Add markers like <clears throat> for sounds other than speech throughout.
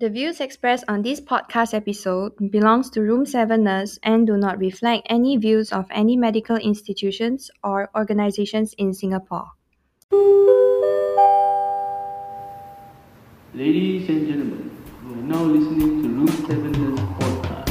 The views expressed on this podcast episode belongs to Room 7 Nurse and do not reflect any views of any medical institutions or organizations in Singapore. Ladies and gentlemen, you are now listening to Room 7 Nurse Podcast.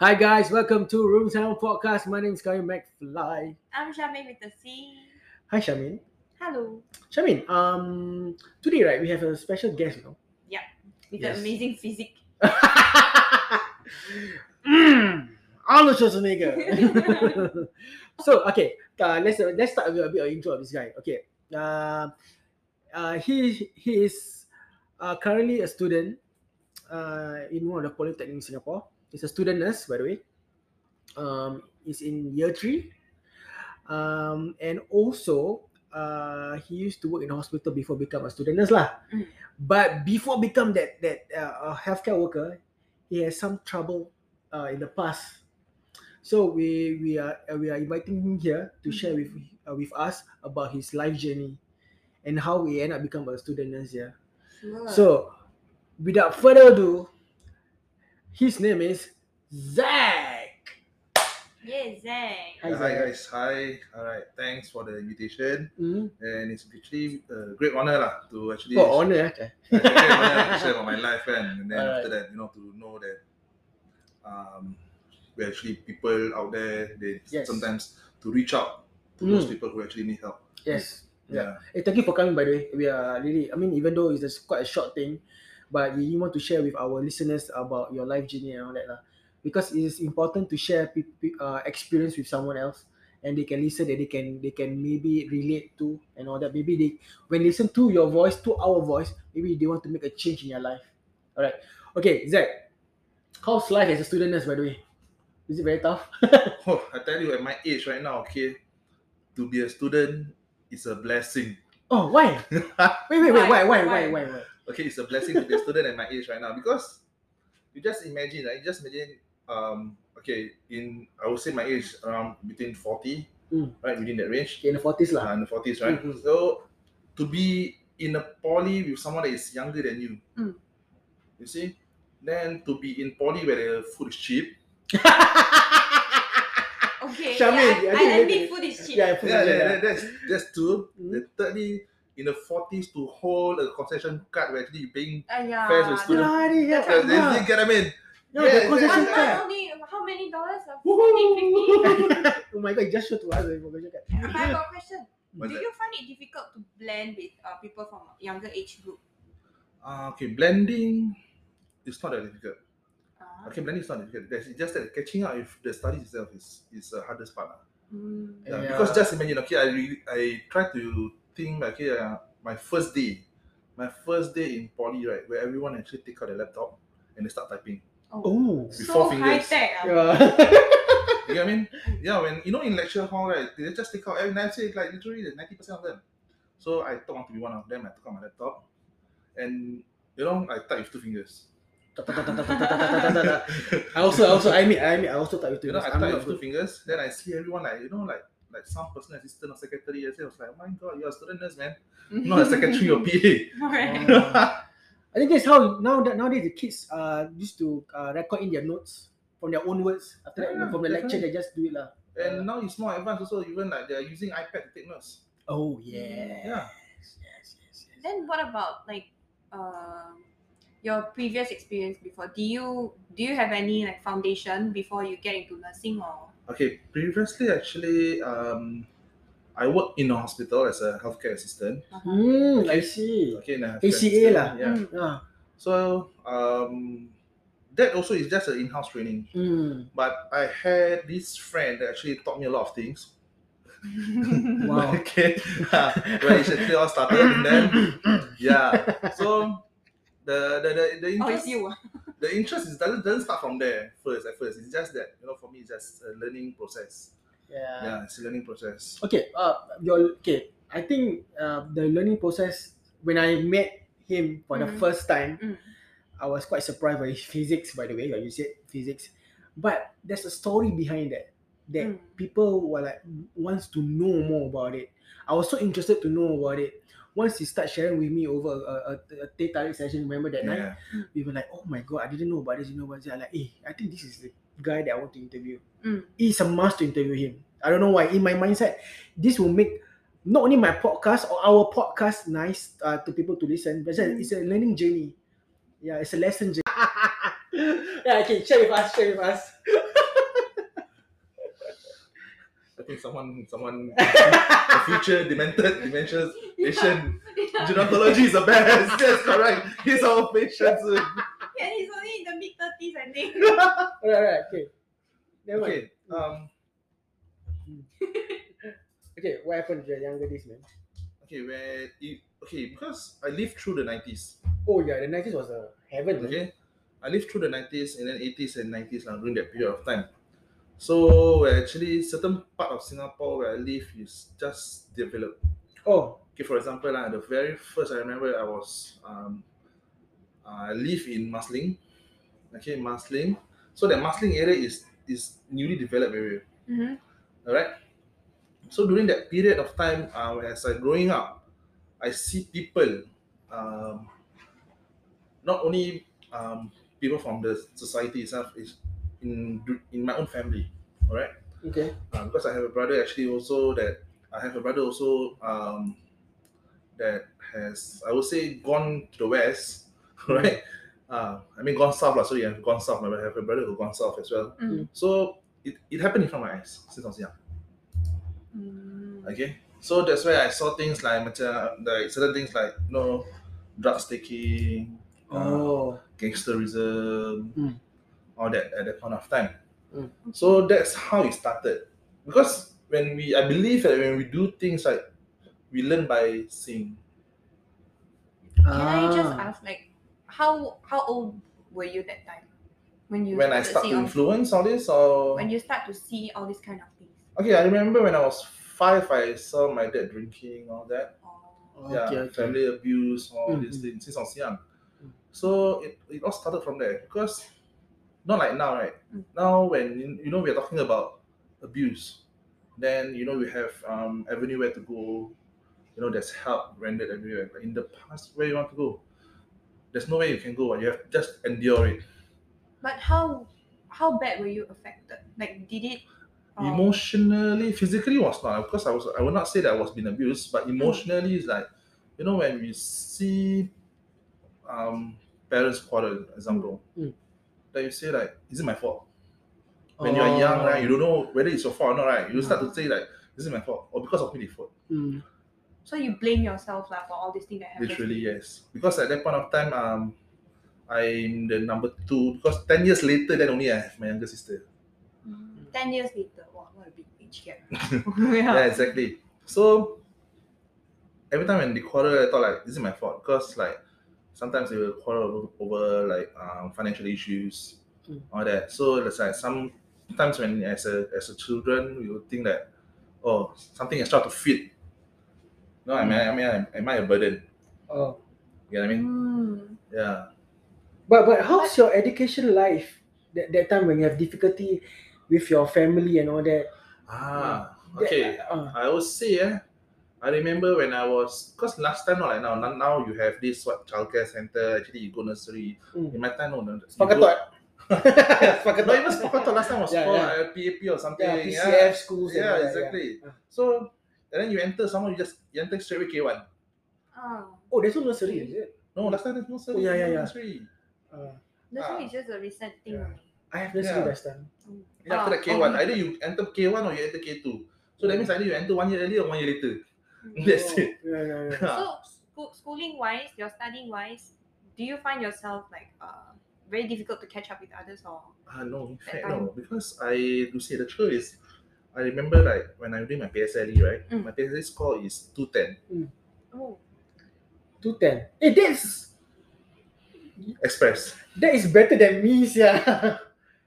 Hi guys, welcome to Room Sound Podcast. My name is Kayu McFly. I'm Charmaine with the C. Hi Shamin. Hello. Shamin, um today right we have a special guest, you know. With Yes. the amazing physique. mm, Arnold Schwarzenegger. so okay, uh, let's uh, let's start with a bit of intro of this guy. Okay. Um uh, he he is uh, currently a student uh, in one of the polytechnic in Singapore. He's a student nurse, by the way. Um, he's in year three, um, and also uh, he used to work in a hospital before become a student nurse lah. Mm. But before become that that uh, a healthcare worker, he has some trouble uh, in the past. So we we are uh, we are inviting him here to share with uh, with us about his life journey and how he end up become a student nurse. Yeah. So, without further ado, his name is Zach. yeah, Zach. Hi, Yeah, Hi Zach. guys, hi. All right, thanks for the invitation, Mm. and it's actually a great honor lah to actually Oh, <laughs> honor. eh? it's a great honor to share about my life kan, and then Alright. after that, you know, to know that um, we actually people out there they Yes. sometimes to reach out to Mm. those people who actually need help. Yes. Yeah, Hey, Eh, thank you for coming. By the way, we are really. I mean, even though it's just quite a short thing, but we want to share with our listeners about your life journey and all that lah. Because it is important to share pe- pe- uh, experience with someone else, and they can listen, and they can they can maybe relate to and all that. Maybe they when listen to your voice, to our voice, maybe they want to make a change in your life. All right. Okay, Zach. How's life as a student nurse? By the way, is it very tough? <laughs> Oh, I tell you, at my age right now, okay, to be a student is a blessing. oh, why? Wait, wait, wait. Why? Why? Why? Why? Why? Why? Why? okay, it's a blessing to be a student at my age right now because you just imagine, right? You just imagine, um, okay, in I would say my age around between forty, Mm. right, within that range, Okay, in the forties uh, lah. in the forties, right? Mhm. So to be in a poly with someone that is younger than you, Mm. you see, then to be in poly where the food is cheap, Okay. Charmaine, I yeah, I, think I, I maybe- think food is cheap. yeah, yeah, yeah, yeah, that- that's that's two. Mm. Then thirdly, in the forties to hold a concession card where actually you're paying. Uh, yeah. Fares was still- Bloody hell. Yeah, yeah. you get what I mean? ya? No, Yeah, the yeah, concession One month yeah. card. only, how many dollars? Uh, Woohoo. 40, 50? Oh my god, it just showed to us the concession card. But I got a question. What's Do that? you find it difficult to blend with uh, people from a younger age group? Uh, okay, blending is not that difficult. Uh, Okay, blending is not difficult. That's- It's just that catching up with the studies itself is is the hardest part. lah. mm, Yeah, Yeah. Because just imagine, okay, I really, I try to think, okay, uh, my first day, my first day in poly, right, where everyone actually take out their laptop and they start typing. <laughs> Oh. With so four high fingers. tech. Uh, Yeah. You know what I mean? Yeah, when you know in lecture hall, right, they just take out every night say like literally the ninety percent of them. So I don't want to be one of them. I took out my laptop, and you know I type with two fingers. I also, I also, I mean, I mean, I also type with You two know, I fingers. I'm type not with two good. fingers, then I see everyone like, you know, like like some personal assistant or secretary. I say, I was like, oh my god, you're a student nurse, man. Not a secretary or PA. <laughs> <laughs> Alright. Oh. I think that's how now that nowadays the kids uh used to uh, record in their notes from their own words. After that, Yeah, from the lecture, they definitely. just do it lah. <laughs> And now it's more advanced also, even like they're using iPad to take notes. Oh yeah. Yeah. Yes, yes, yes. Then what about like um your previous experience before? Do you do you have any like foundation before you get into nursing or Okay, previously actually, um, I worked in a hospital as a healthcare assistant. Hmm, I see. Okay, in a healthcare ACA assistant, lah. Yeah. Ah. So um, that also is just an in-house training. Hmm. But I had this friend that actually taught me a lot of things. <laughs> Wow. okay. Where it's actually all started and <coughs> then yeah. So the the the, the oh it's interest you? <laughs> ah? the interest is doesn't doesn't start from there first at first. It's just that, you know, for me it's just a learning process. Yeah. Yeah, it's a learning process. okay uh your okay i think uh the learning process when i met him for the Mhm. first time Mm. I was quite surprised by <laughs> physics, by the way, like you said physics. But there's a story behind that that Mm. people were like wants to know more about it. I was so interested to know about it. Once he started sharing with me over a, a, a Teh Tarik session, remember that night? Yeah. We were like, oh my god, I didn't know about this, you know what? I'm like, hey, I think this is the guy that I want to interview. Mm. It's a must to interview him. I don't know why. In my mindset, this will make not only my podcast or our podcast nice uh, to people to listen, but it's a- Mm. it's a learning journey. Yeah, it's a lesson journey. <laughs> yeah, okay, share with us, share with us. <laughs> I think someone, someone, <laughs> the future demented <laughs> dementia patient gerontology is the best. <laughs> Yes, correct. He's our patient. soon. Yeah, he's only in the mid thirties, I think. Alright, alright, okay. Never mind. Okay. Um. Okay, what happened to the younger days, man? Okay. Where you, okay? Because I lived through the nineties. Oh yeah, the nineties was a heaven. man. Okay. I lived through the nineties and then eighties and nineties lah during that period of time. So where actually certain part of Singapore where I live is just developed. Oh, Okay, for example, lah, the very first I remember I was um, I live in Masling. Okay, Masling. So that Masling area is is newly developed area. Mm-hmm. Alright. So during that period of time, uh, as I growing up, I see people, um, not only um, people from the society itself, is in in my own family. Alright okay. uh, because I have a brother actually also that I have a brother also um, that has I would say gone to the west, <laughs> right? Uh, I mean gone south lah. So yeah, gone south. I have a brother who gone south as well. Mm. So it, it happened in front of my eyes since I was young. Mm. Okay, so that's why I saw things like macam like certain things like you know drugs taking, uh, Oh, gangsterism, Mm. all that at that point of time. Mm. So that's how it started. Because when we, I believe that when we do things like we learn by seeing. Can I just Ah. Ah. ask, like, how how old were you that time when you when I started start to seeing all- influence all this, or when you start to see all these kind of things? okay, I remember when I was five, I saw my dad drinking, all that. Or, Okay, yeah, okay. family abuse, all Mm, these mm. things since I was young. Mm. So it, it all started from there because not like now, right? Mm. Now when you- you know we're talking about abuse, then you know we have um everywhere to go, you know, there's help rendered everywhere. But in the past, where you want to go? There's no way you can go. You have to just endure it. but how how bad were you affected? Like, did it? um, Emotionally, physically was not. Of course, I was. I would not say that I was being abused, but emotionally, it's like, you know, when we see, um, parents quarrel, example, Mm. that you say like, is it my fault? When you are Oh. young, right, you don't know whether it's your fault or not, right? You start to say like, this is my fault, or because of me, they fault. Hmm. Mm. So you blame yourself lah for all these things that happened. Literally, yes. Because at that point of time, um, I'm the number two. Because ten years later, then only I have my younger sister. Mm. Ten years later, wow, what a big age <laughs> gap. yeah, <laughs> yeah. exactly. So every time when they quarrel, I thought like this is my fault because like sometimes they will quarrel over, over like um, financial issues, Mm. all that. So it's like sometimes when as a as a children we would think that oh something extra to feed. No, I mean I mean am, am I a burden? Oh. You know what I mean? Mm. Yeah. But but how's your education life? That, that time when you have difficulty with your family and all that. Mm. Ah. That- Okay. uh, I would say, eh, I remember when I was, because last time, not like now, now, now you have this what childcare center, actually you go nursery. Mm. In my time, no, no. you <laughs> Spakatot. go- <laughs> no, Spakatot. even Spakatot last time was Yeah, called yeah. uh, PAP or something. Yeah, Yeah, PCF schools. and Yeah, all that, exactly. yeah. So, and then you enter someone, you just you enter straight away K1. Oh, Oh, there's no nursery, is it? No, last time there's no Oh, nursery. yeah, yeah, no yeah. Nursery. Uh, that's Ah. why it's just a recent thing. Yeah. only. I have nursery Yeah. last time. Then after Ah, that, K1. okay. Either you enter K1 or you enter K2. So that means either you enter one year earlier or one year later. Mm. <laughs> <laughs> That's Oh, it. Yeah, yeah, yeah. So school, schooling wise, your studying wise, do you find yourself like uh, very difficult to catch up with others or? Ah no, in That fact time. no, because I to say the truth is, I remember like when I doing my PSLE E, right, Mm. my PSLE score is two ten. Oh, 210. Hey, Eh, that's, Express. that is better than me, yeah. <laughs>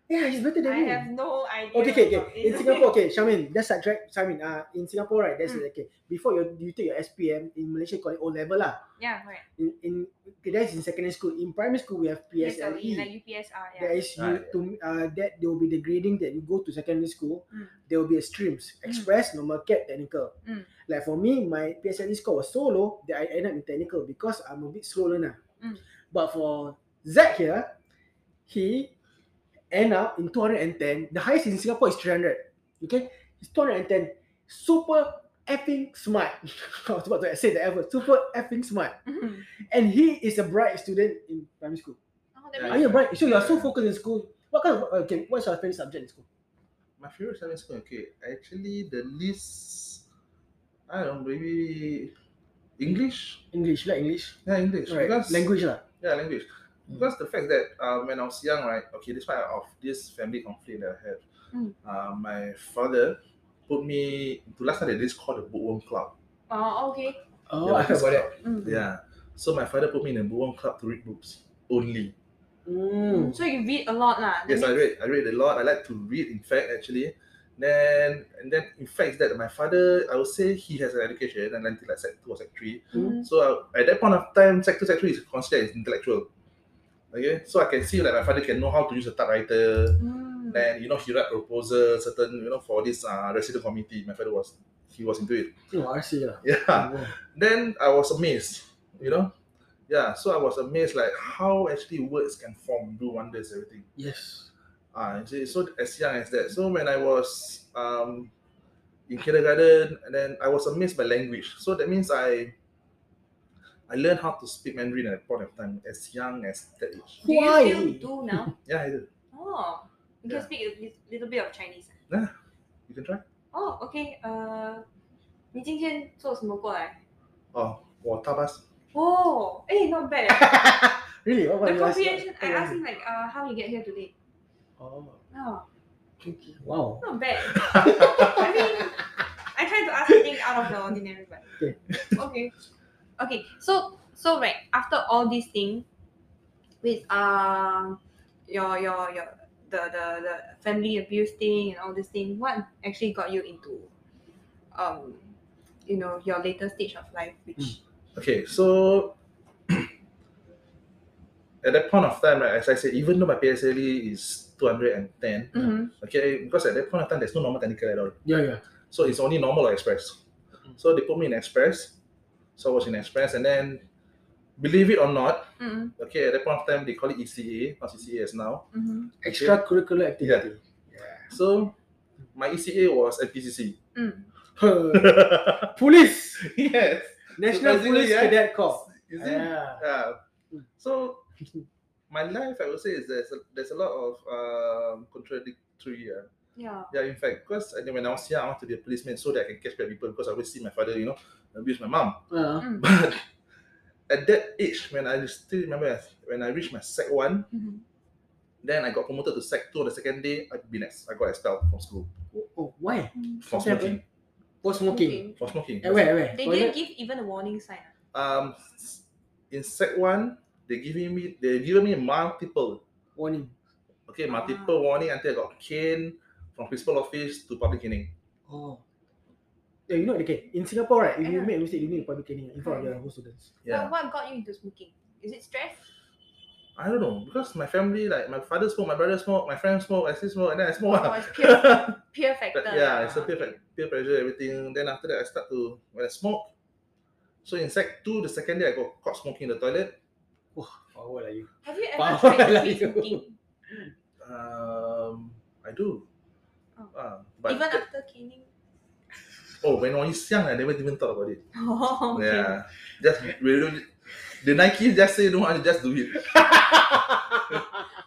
Yeah, he's better than I me. have no idea. Okay, okay, okay. about In this. Singapore, okay, Shamin, that's sidetrack. Shamin, uh, in Singapore, right, Hmm. that's okay. Before you, you take your SPM, in Malaysia, call it O level lah. <laughs> Yeah, right. In, in okay, that's in secondary school. In primary school, we have PSLE, PSLE. E, like UPSR, yeah. E. That is you Ah, yeah. to uh, that there will be the grading that you go to secondary school. Mm. There will be a streams: express, normal, cat, technical. Mm. Like for me, my PSLE E score was so low that I ended up in technical because I'm a bit slow learner. Mm. But for Zach here, he end up in 210. The highest in Singapore is 300. Okay, he's 210. Super effing smart. <laughs> I was about to say the effort. Super effing smart. Mhm. And he is a bright student in primary school. Oh, that Yeah, Are makes you bright? So you are so focused in school. What kind of okay? What's your favorite subject in school? My favorite secondary school, okay. Actually, the least, I don't know, maybe English? English, you like English, Yeah, English. right? Because, Language lah. Yeah, language. Mm. Because the fact that um, when I was young, right, okay, despite of this family conflict that I had, Mm. uh, my father put me into last time they just called the bookworm club. Oh, okay. Oh, Yeah, I heard this about that. club. Mm. Yeah. So my father put me in a bookworm club to read books only. Mm. So you read a lot, lah. Yes, I That read. I read a lot. I like to read. In fact, actually, then and then in fact that my father, I would say he has an education and until like sec two or sec three. means- So uh, at that point of time, sec two, sec three is considered as intellectual. Okay, so I can see that my father can know how to use a typewriter. Mm. Mm. Then you know he write proposal certain you know for this uh, resident committee. My father was he was into it. <laughs> Oh, I see lah. Yeah. Then I was amazed. You know, yeah. So I was amazed like how actually words can form, do wonders, everything. Yes. Ah, you see, so as young as that. So when I was um in kindergarten, and then I was amazed by language. So that means I I learned how to speak Mandarin at that point of time, as young as that age. Do you Why? still do now? Yeah, I did. Oh, you can Yeah. speak a lit- little bit of Chinese. ah. You can try. Oh, okay. Uh, 你今天做什么过来？ Oh, or tapas. Oh, eh, not bad. eh. Really? What the about you ask- comprehension. I what about asked you? him like, uh, how you get here today? Oh, Oh, okay. Wow. not <laughs> bad. I mean, I tried to ask something out of the ordinary, but Okay. okay, okay. So, so right after all these things, with um, your your your the the the family abuse thing and all this thing, what actually got you into, um, you know, your later stage of life, which Okay, so <clears throat> at that point of time, right, as I said, even though my PSLE E is 210, Hmm. Mhm. okay, because at that point of time, there's no normal technical at all. Yeah, yeah. So it's only normal or express. So they put me in express. So I was in express, and then believe it or not, Mm, okay, at that point of time they call it E ECA, not ECA as now. mhm. Extracurricular <laughs> activity. So my ECA was NPCC. Mm. Huh. <laughs> Police. <laughs> yes. National Surprisingly, Police yeah. Cadet Corps. Is it? Yeah. <laughs> Yeah. So my life, I would say, is there's a, there's a lot of um, contradictory. Yeah. yeah, yeah, in fact, because when I was young, I wanted to be a policeman so that I can catch bad people because I always see my father, you know, abuse my mom. Uh, Mm, But at that age, when I still remember when I reached my sec one, Mm-hmm. mhm. then I got promoted to sec two on the second day. I'd been ex- I got expelled from school oh, oh, why? for Okay. smoking. For smoking. For smoking. At where? At where? They Toilet? didn't give even a warning sign. ah. Um, in sec one, they giving me they giving me multiple Warning. Ah. okay multiple warning until I got cane from principal office to public caning. Oh. Yeah, you know, okay. In Singapore, right, if you Yeah. make a mistake, you need a public caning in front of the whole students. Yeah, What, what got you into smoking? Is it stress? I don't know because my family like my father smoke, my brother smoke, my friend smoke, I still smoke, and then I smoke. Or Oh, ah. Oh, it's <laughs> peer, peer factor? But lah. yeah, it's a peer, pre- peer pressure, everything. Then after that, I start to when I smoke. So in sec two, the second day I got caught smoking in the toilet. Oh, what are you? Have you Wow, ever tried to like <laughs> quit you. smoking? Um, I do. Oh. Ah, but Even after caning? oh, when I was young, I never even thought about it. <laughs> Oh, okay. Yeah, just really, the Nike just say no, I just do it. <laughs>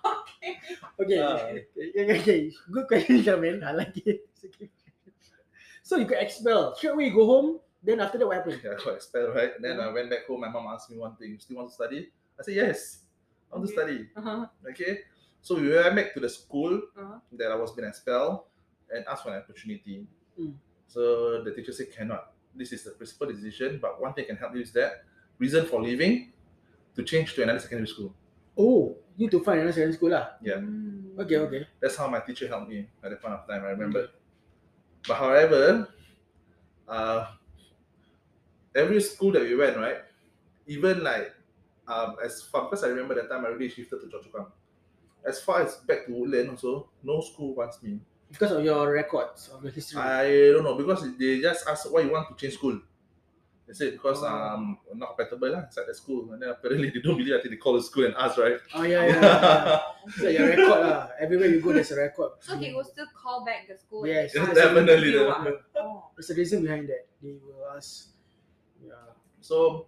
Okay. Okay, Ah. <laughs> okay, okay. Good question, Charmaine. I like it. <laughs> It's okay. So you could expel. Straight away you go home, then after that what happened? Yeah, I got expelled, right? And then I went back home. My mom asked me one thing: "You still want to study?" I said yes, I want to Okay. study. Uh-huh. Okay, so we went back to the school Uh-huh. that I was being expelled and asked for an opportunity. Mm. So the teacher said, cannot. This is the principal decision, but one thing can help you is that reason for leaving to change to another secondary school. Oh, you to find another secondary school lah. Yeah. Mm. Okay, okay. That's how my teacher helped me at that point of time. I remember. But however, uh, every school that we went, right, even like um, as far because I remember that time I already shifted to Choa Chu Kang. As far as back to Woodland, also no school wants me. Because of your records of your Mm. history. I don't know because they just asked why you want to change school. They said because Oh. um not compatible lah inside the school. And then apparently they don't believe. I think they call the school and ask, right? Ah, <laughs> oh yeah, yeah. yeah. <laughs> so your record lah. Everywhere you go, there's a record. So he will still call back the school. Yes, and ask definitely, you, ah. definitely. Oh. There's a reason behind that. They will ask. Yeah. So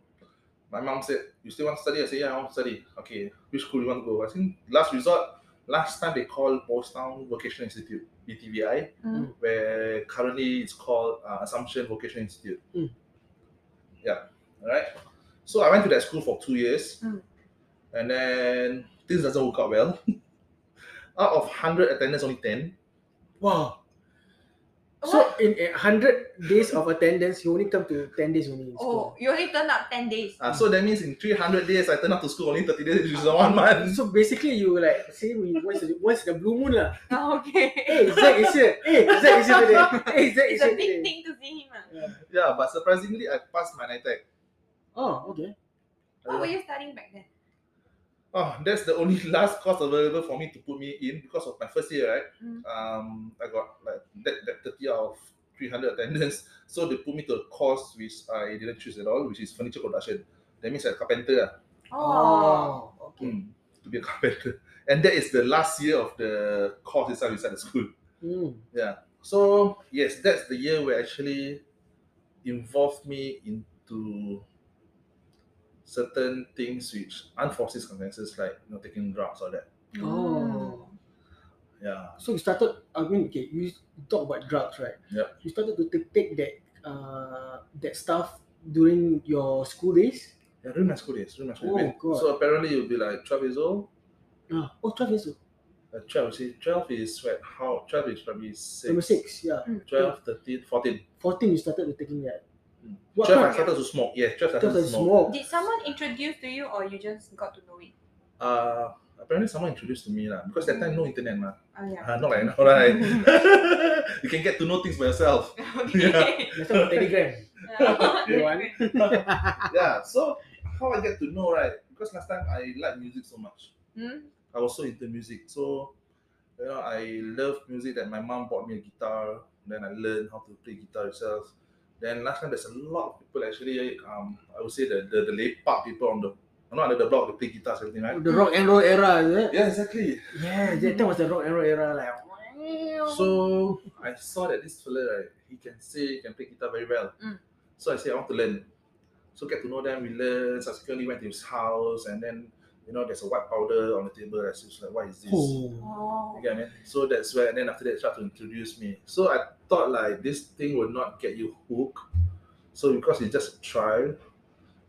my mom said, You still want to study? I said, Yeah, I want to study. Okay, which school you want to go? I think last resort, last time they called Post Town Vocational Institute, BTVI, Mm. where currently it's called uh, Assumption Vocational Institute. Mm. Yeah, all right. So I went to that school for two years Mm. and then things doesn't work out well. <laughs> out of 100 attendance, only 10. Wow. So in a hundred days of attendance, you only come to ten days only. in Oh, school. you only turned up 10 days. Uh, so that means in 300 days, I turned up to school only 30 days, which is one Oh. month. <laughs> So basically, you were like say we once in- once in a blue moon lah. <laughs> Oh, okay. <laughs> Hey, Zack is here. Hey, Zack is here today. Hey, Zack is it's here a big today. thing to see him. ah. Yeah. Yeah, but surprisingly, I E passed my NITEC. Oh, okay. What were you studying back then? Oh, that's the only <laughs> last course available for me to put me in because of my first year, right? Mm. Um, I got like that, that 30 out of 300 attendance. <laughs> So they put me to a course which I didn't choose at all, which is furniture production. That means I'm a carpenter, lah. Oh. okay. Mm, to be a <laughs> carpenter. And that is the last year of the course itself inside the school. Mm. So, yes, that's the year where actually involved me into certain things which unforeseen circumstances like you know, taking drugs or that. Oh. Yeah. So you started. I mean, okay. You talk about drugs, right? Yeah. You started to take, take that uh, that stuff during your school days. Yeah, during my school days, during my Oh, school days. God. So apparently you'll be like 12 years old. Ah, oh, 12 years old. Uh, 12, see, 12 is what, how, 12 is probably 6. Number six. Yeah. 12, 13, 14. 14, you started to taking that. Mm. What 12, I kind started to smoke. Yeah, 12, I of started to smoke. smoke? Did someone introduce to you or you just got to know it? Uh, apparently someone introduced to me lah. Because that Mm. time no internet mah. Oh, yeah. Uh, not like now, right? <laughs> you can get to know things by <laughs> <laughs> <laughs> yourself. okay. Let's talk about Telegram. <laughs> You want? yeah, so how I get to know, right? Because last time I liked music so much. <laughs> Hmm? I was so into music. So, you know, I love music that my mom bought me a guitar. Then I learned how to play guitar itself. Then last time there's a lot of people actually, um, I would say the, the, the lay part people on the, not under the block, they play guitars, everything, right? The rock and roll era, is it? Yeah, exactly. Yeah, that, that was the rock and roll era. Like, wow. So I saw that this fella, right, he can sing, he can play guitar very well. Mm. So I said, I want to learn. So get to know them, we learn, subsequently went to his house, and then, you know, there's a white powder on the table. I was like, what is this? Oh. Oh. You get what I mean? So that's where, and then after that, they start to introduce me. So I thought like this thing would not get you hooked. So because it's just a trial,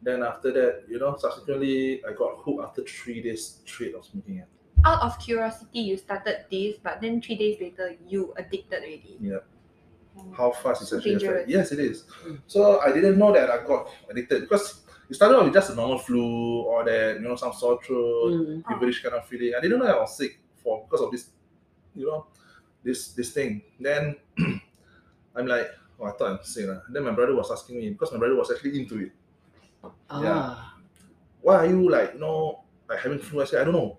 then after that, you know, subsequently I got hooked after three days straight of smoking. it. Out of curiosity, you started this, but then three days later, you addicted already. Yeah. Oh. How fast it's So actually dangerous. affect- Yes, it is. Mm. So I didn't know that I got addicted because it started off with just a normal flu or that you know some sore throat, Mm. feverish kind of feeling. I didn't know that I was sick for because of this, you know, this this thing. Then <clears throat> I'm like, oh, I thought I'm sick. lah. Then my brother was asking me because my brother was actually into it. Ah. Why are you like you know like having flu? I said I don't know.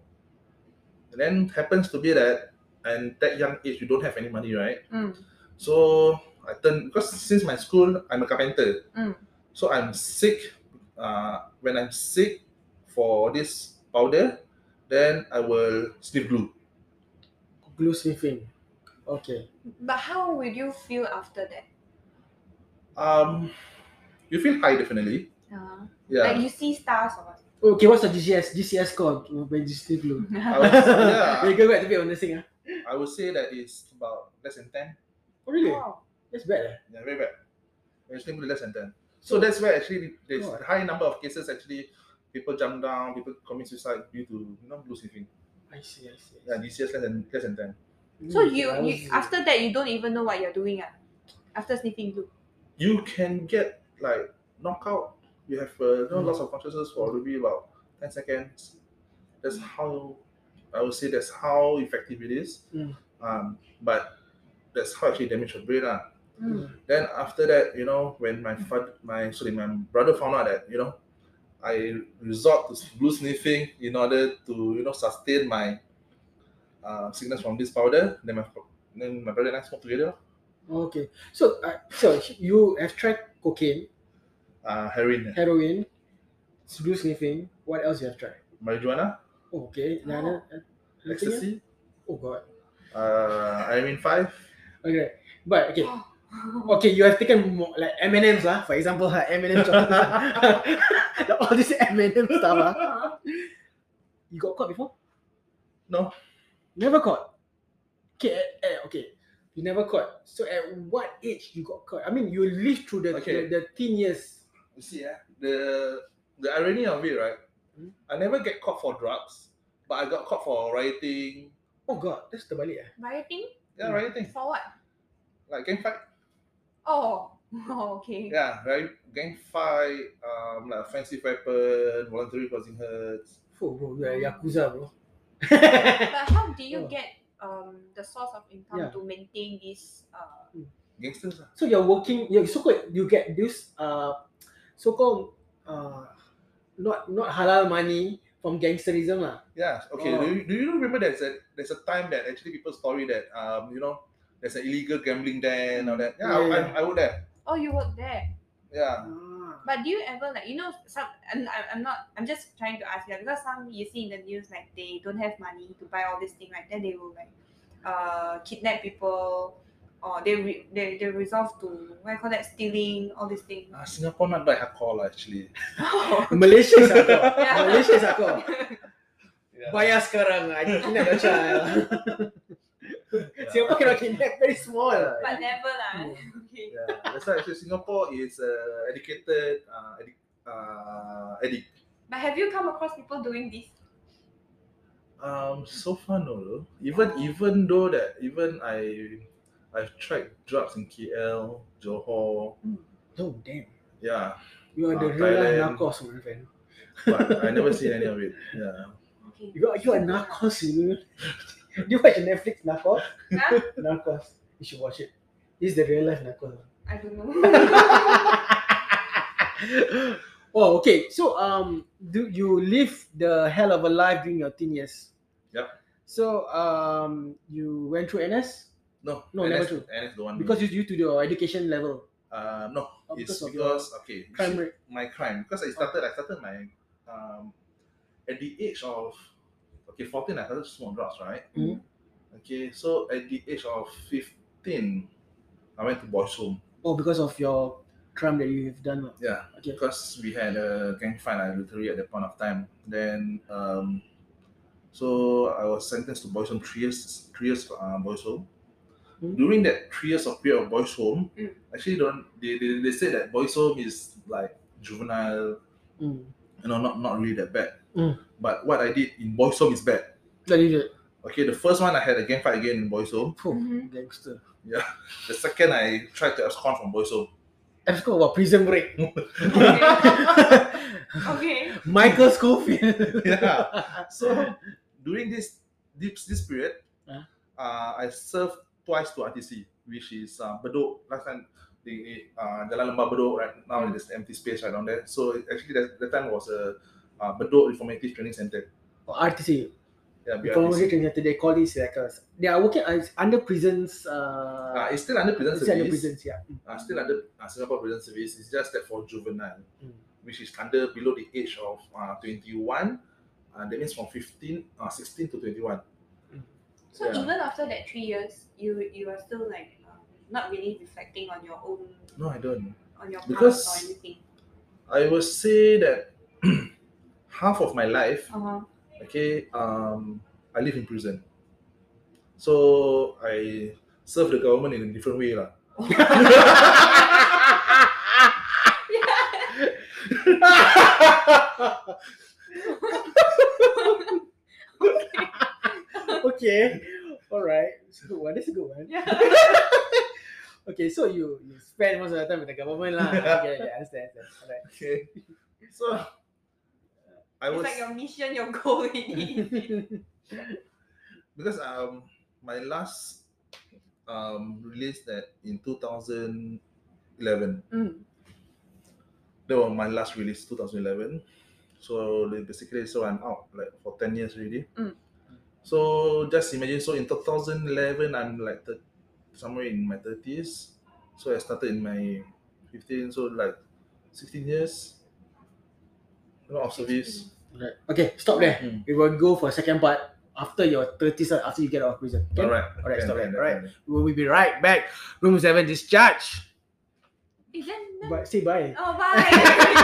And then happens to be that and that young age you don't have any money, right? Mm. So I turn because since my school I'm a carpenter. Mm. So I'm sick. Uh, when I'm sick for this powder, then I will sniff glue. Glue sniffing. Okay. But how would you feel after that? Um, you feel high definitely. Uh-huh. Uh, Like Yeah. you see stars or what? Okay, what's the GCS? GCS called when you still <laughs> glue. I would, we <laughs> yeah. go back to be on the thing, ah. I would say that it's about less than ten. Oh, really? Oh. That's bad. eh? Yeah, very bad. It's definitely less than ten. So that's where actually there's a high number of cases actually people jump down, people commit suicide due to you know glue sniffing. I see, I see. Yeah, this year's less than less than ten. Mm, So you, I you was- after that you don't even know what you're doing ah. After sniffing glue. you can get like knockout. You have uh, you know, lots of consciousness for maybe about ten seconds. That's how I would say that's how effective it is. Mm. Um, but that's how actually damage her brain. ah. Hmm. Mm. Then after that, you know, when my father, my sorry, my brother found out that you know, I resort to blue sniffing in order to you know sustain my uh, sickness from this powder. Then my then my brother and I smoke together. Okay. So, uh, so you have tried cocaine, Uh, heroin, heroin, do sniffing. What else you have tried? marijuana, Oh, okay. Nana, uh, anything else? ecstasy, Oh God. uh, Irene five. Okay. But okay. Okay, you have taken more, like M and M's lah. For example, uh, M and M's. <laughs> All this M and M stuff lah. You got caught before? No. Never caught. Okay, eh, eh, okay. You never caught. So at what age you got caught? I mean, you lived through the Okay. the, the teen years. You see, eh, the the irony of it, right? Hmm? I never get caught for drugs, but I got caught for rioting. Oh God, that's terbalik eh. Rioting? Yeah, Hmm. rioting. For what? Like gang fight. Oh. <laughs> Oh, okay. Yeah, right. Gang fight. Um, like offensive weapon, voluntary causing hurt. Oh bro, you are yakuza bro. <laughs> But how do Oh. you get um the source of income Yeah. to maintain this uh Gangsters. lah. so you're working. You so called you get this uh so called uh not not halal money from gangsterism lah. Yeah. Okay. Oh. Do, you, do you remember there's a there's a time that actually people story that um you know there's an illegal gambling there and all that. Yeah, I- Yeah, I, yeah. I, would there. Oh, you work there. Yeah. But do you ever like you know some? I'm, I'm I'm not. I'm just trying to ask you because some you see in the news like they don't have money to buy all this thing right. Then they will like uh kidnap people or they re, they they resolve to what do you call that stealing all these things. Uh, Singapore not that hardcore lah actually. Malaysia is aku. Yeah. Malaysia is aku. Yeah. Bayar sekarang. I kidnap your child. Yeah. <laughs> Singapore cannot kidnap. Very small. <laughs> but never lah. <laughs> okay. Yeah, that's why actually Singapore is uh, educated, uh, addic- uh, addict. But have you come across people doing this? Um, so far no, though. even even though that even I, I've tried drugs in KL, Johor, Oh damn. yeah, You are the Ah, real life Thailand. narcos, my friend. but I never seen any of it. Yeah, Okay. You are you are narcos, you know. <laughs> Do you watch Netflix narcos? Huh? Narcos. You should watch it. This is the real life narcos. I don't know. <laughs> Oh, okay. So um, do you live the hell of a life during your teen years? Yep. So um, you went through NS no, No, and never that's- true. And it's the one because it's due to your education level. uh, no, Oh, it's because of because okay, you Crime see, rate. my crime because I started I started my um at the age of okay fourteen I started to smoke drugs right Mhm. okay so at the age of fifteen I went to boys home Oh, because of your crime that you have done. lah. yeah Okay. because we had a gang fight like, literally at that point of time then um so I was sentenced to boys home three years three years uh, boys home Mhm. during that three years of period of boys home Mm. actually don't they, they they say that boys home is like juvenile Mm. you know, not not really that bad. Mm. But what I did in Boys Home is bad. That is it. Okay, the first one I had a gang fight again in Boys Home. Oh, Mhm. gangster. The second I tried to abscond from Boys <laughs> Home. Let's go about prison <laughs> break. <laughs> okay. okay. Michael Schofield. <laughs> yeah. So during this this this period, Huh? uh, I served twice to RTC, which is uh, Bedok. Last time the uh, Jalan Lembah Bedok right now Mm. there's empty space right down there. So actually that, that time was a uh, Bedok Informative Training Center. Or RTC. Yeah, Information BRTC. Training Center. They call this like us. They are working as under prisons. Uh, Uh, it's still under prison it's under service. prisons, yeah. uh, still under uh, Singapore Prison Service. It's just that for juvenile, Mm. which is under below the age of uh, 21. Uh, that means from 15, uh, 16 to 21. So Yeah. even after that three years, you you are still like um, not really reflecting on your own No, I don't. on your Because- past or anything. I will say that <clears throat> half of my life, Uh huh. okay, um, I live in prison. So I serve the government in a different way. lah. <laughs> okay. All right. It's a good one. That's a good one. Yeah. Okay, so you, you spend most of the time with the government <laughs> lah. Okay, okay, understand, understand. All right. Okay. So I It's was. like your mission, your goal. really. because um my last um release that in 2011 Mm. that was my last release 2011 so they basically so i'm out like for 10 years already Mm. so just imagine so in 2011 i'm like thir- somewhere in my 30s so i started in my 15 so like 16 years a lot of service Right. Okay, stop there. Mm. We will go for second part after your 30s, uh, after you get out of prison. Okay? all right All right, stop there. Can- All right. can- We will be right back. Room 7 discharge. Is that But say bye. Oh, bye.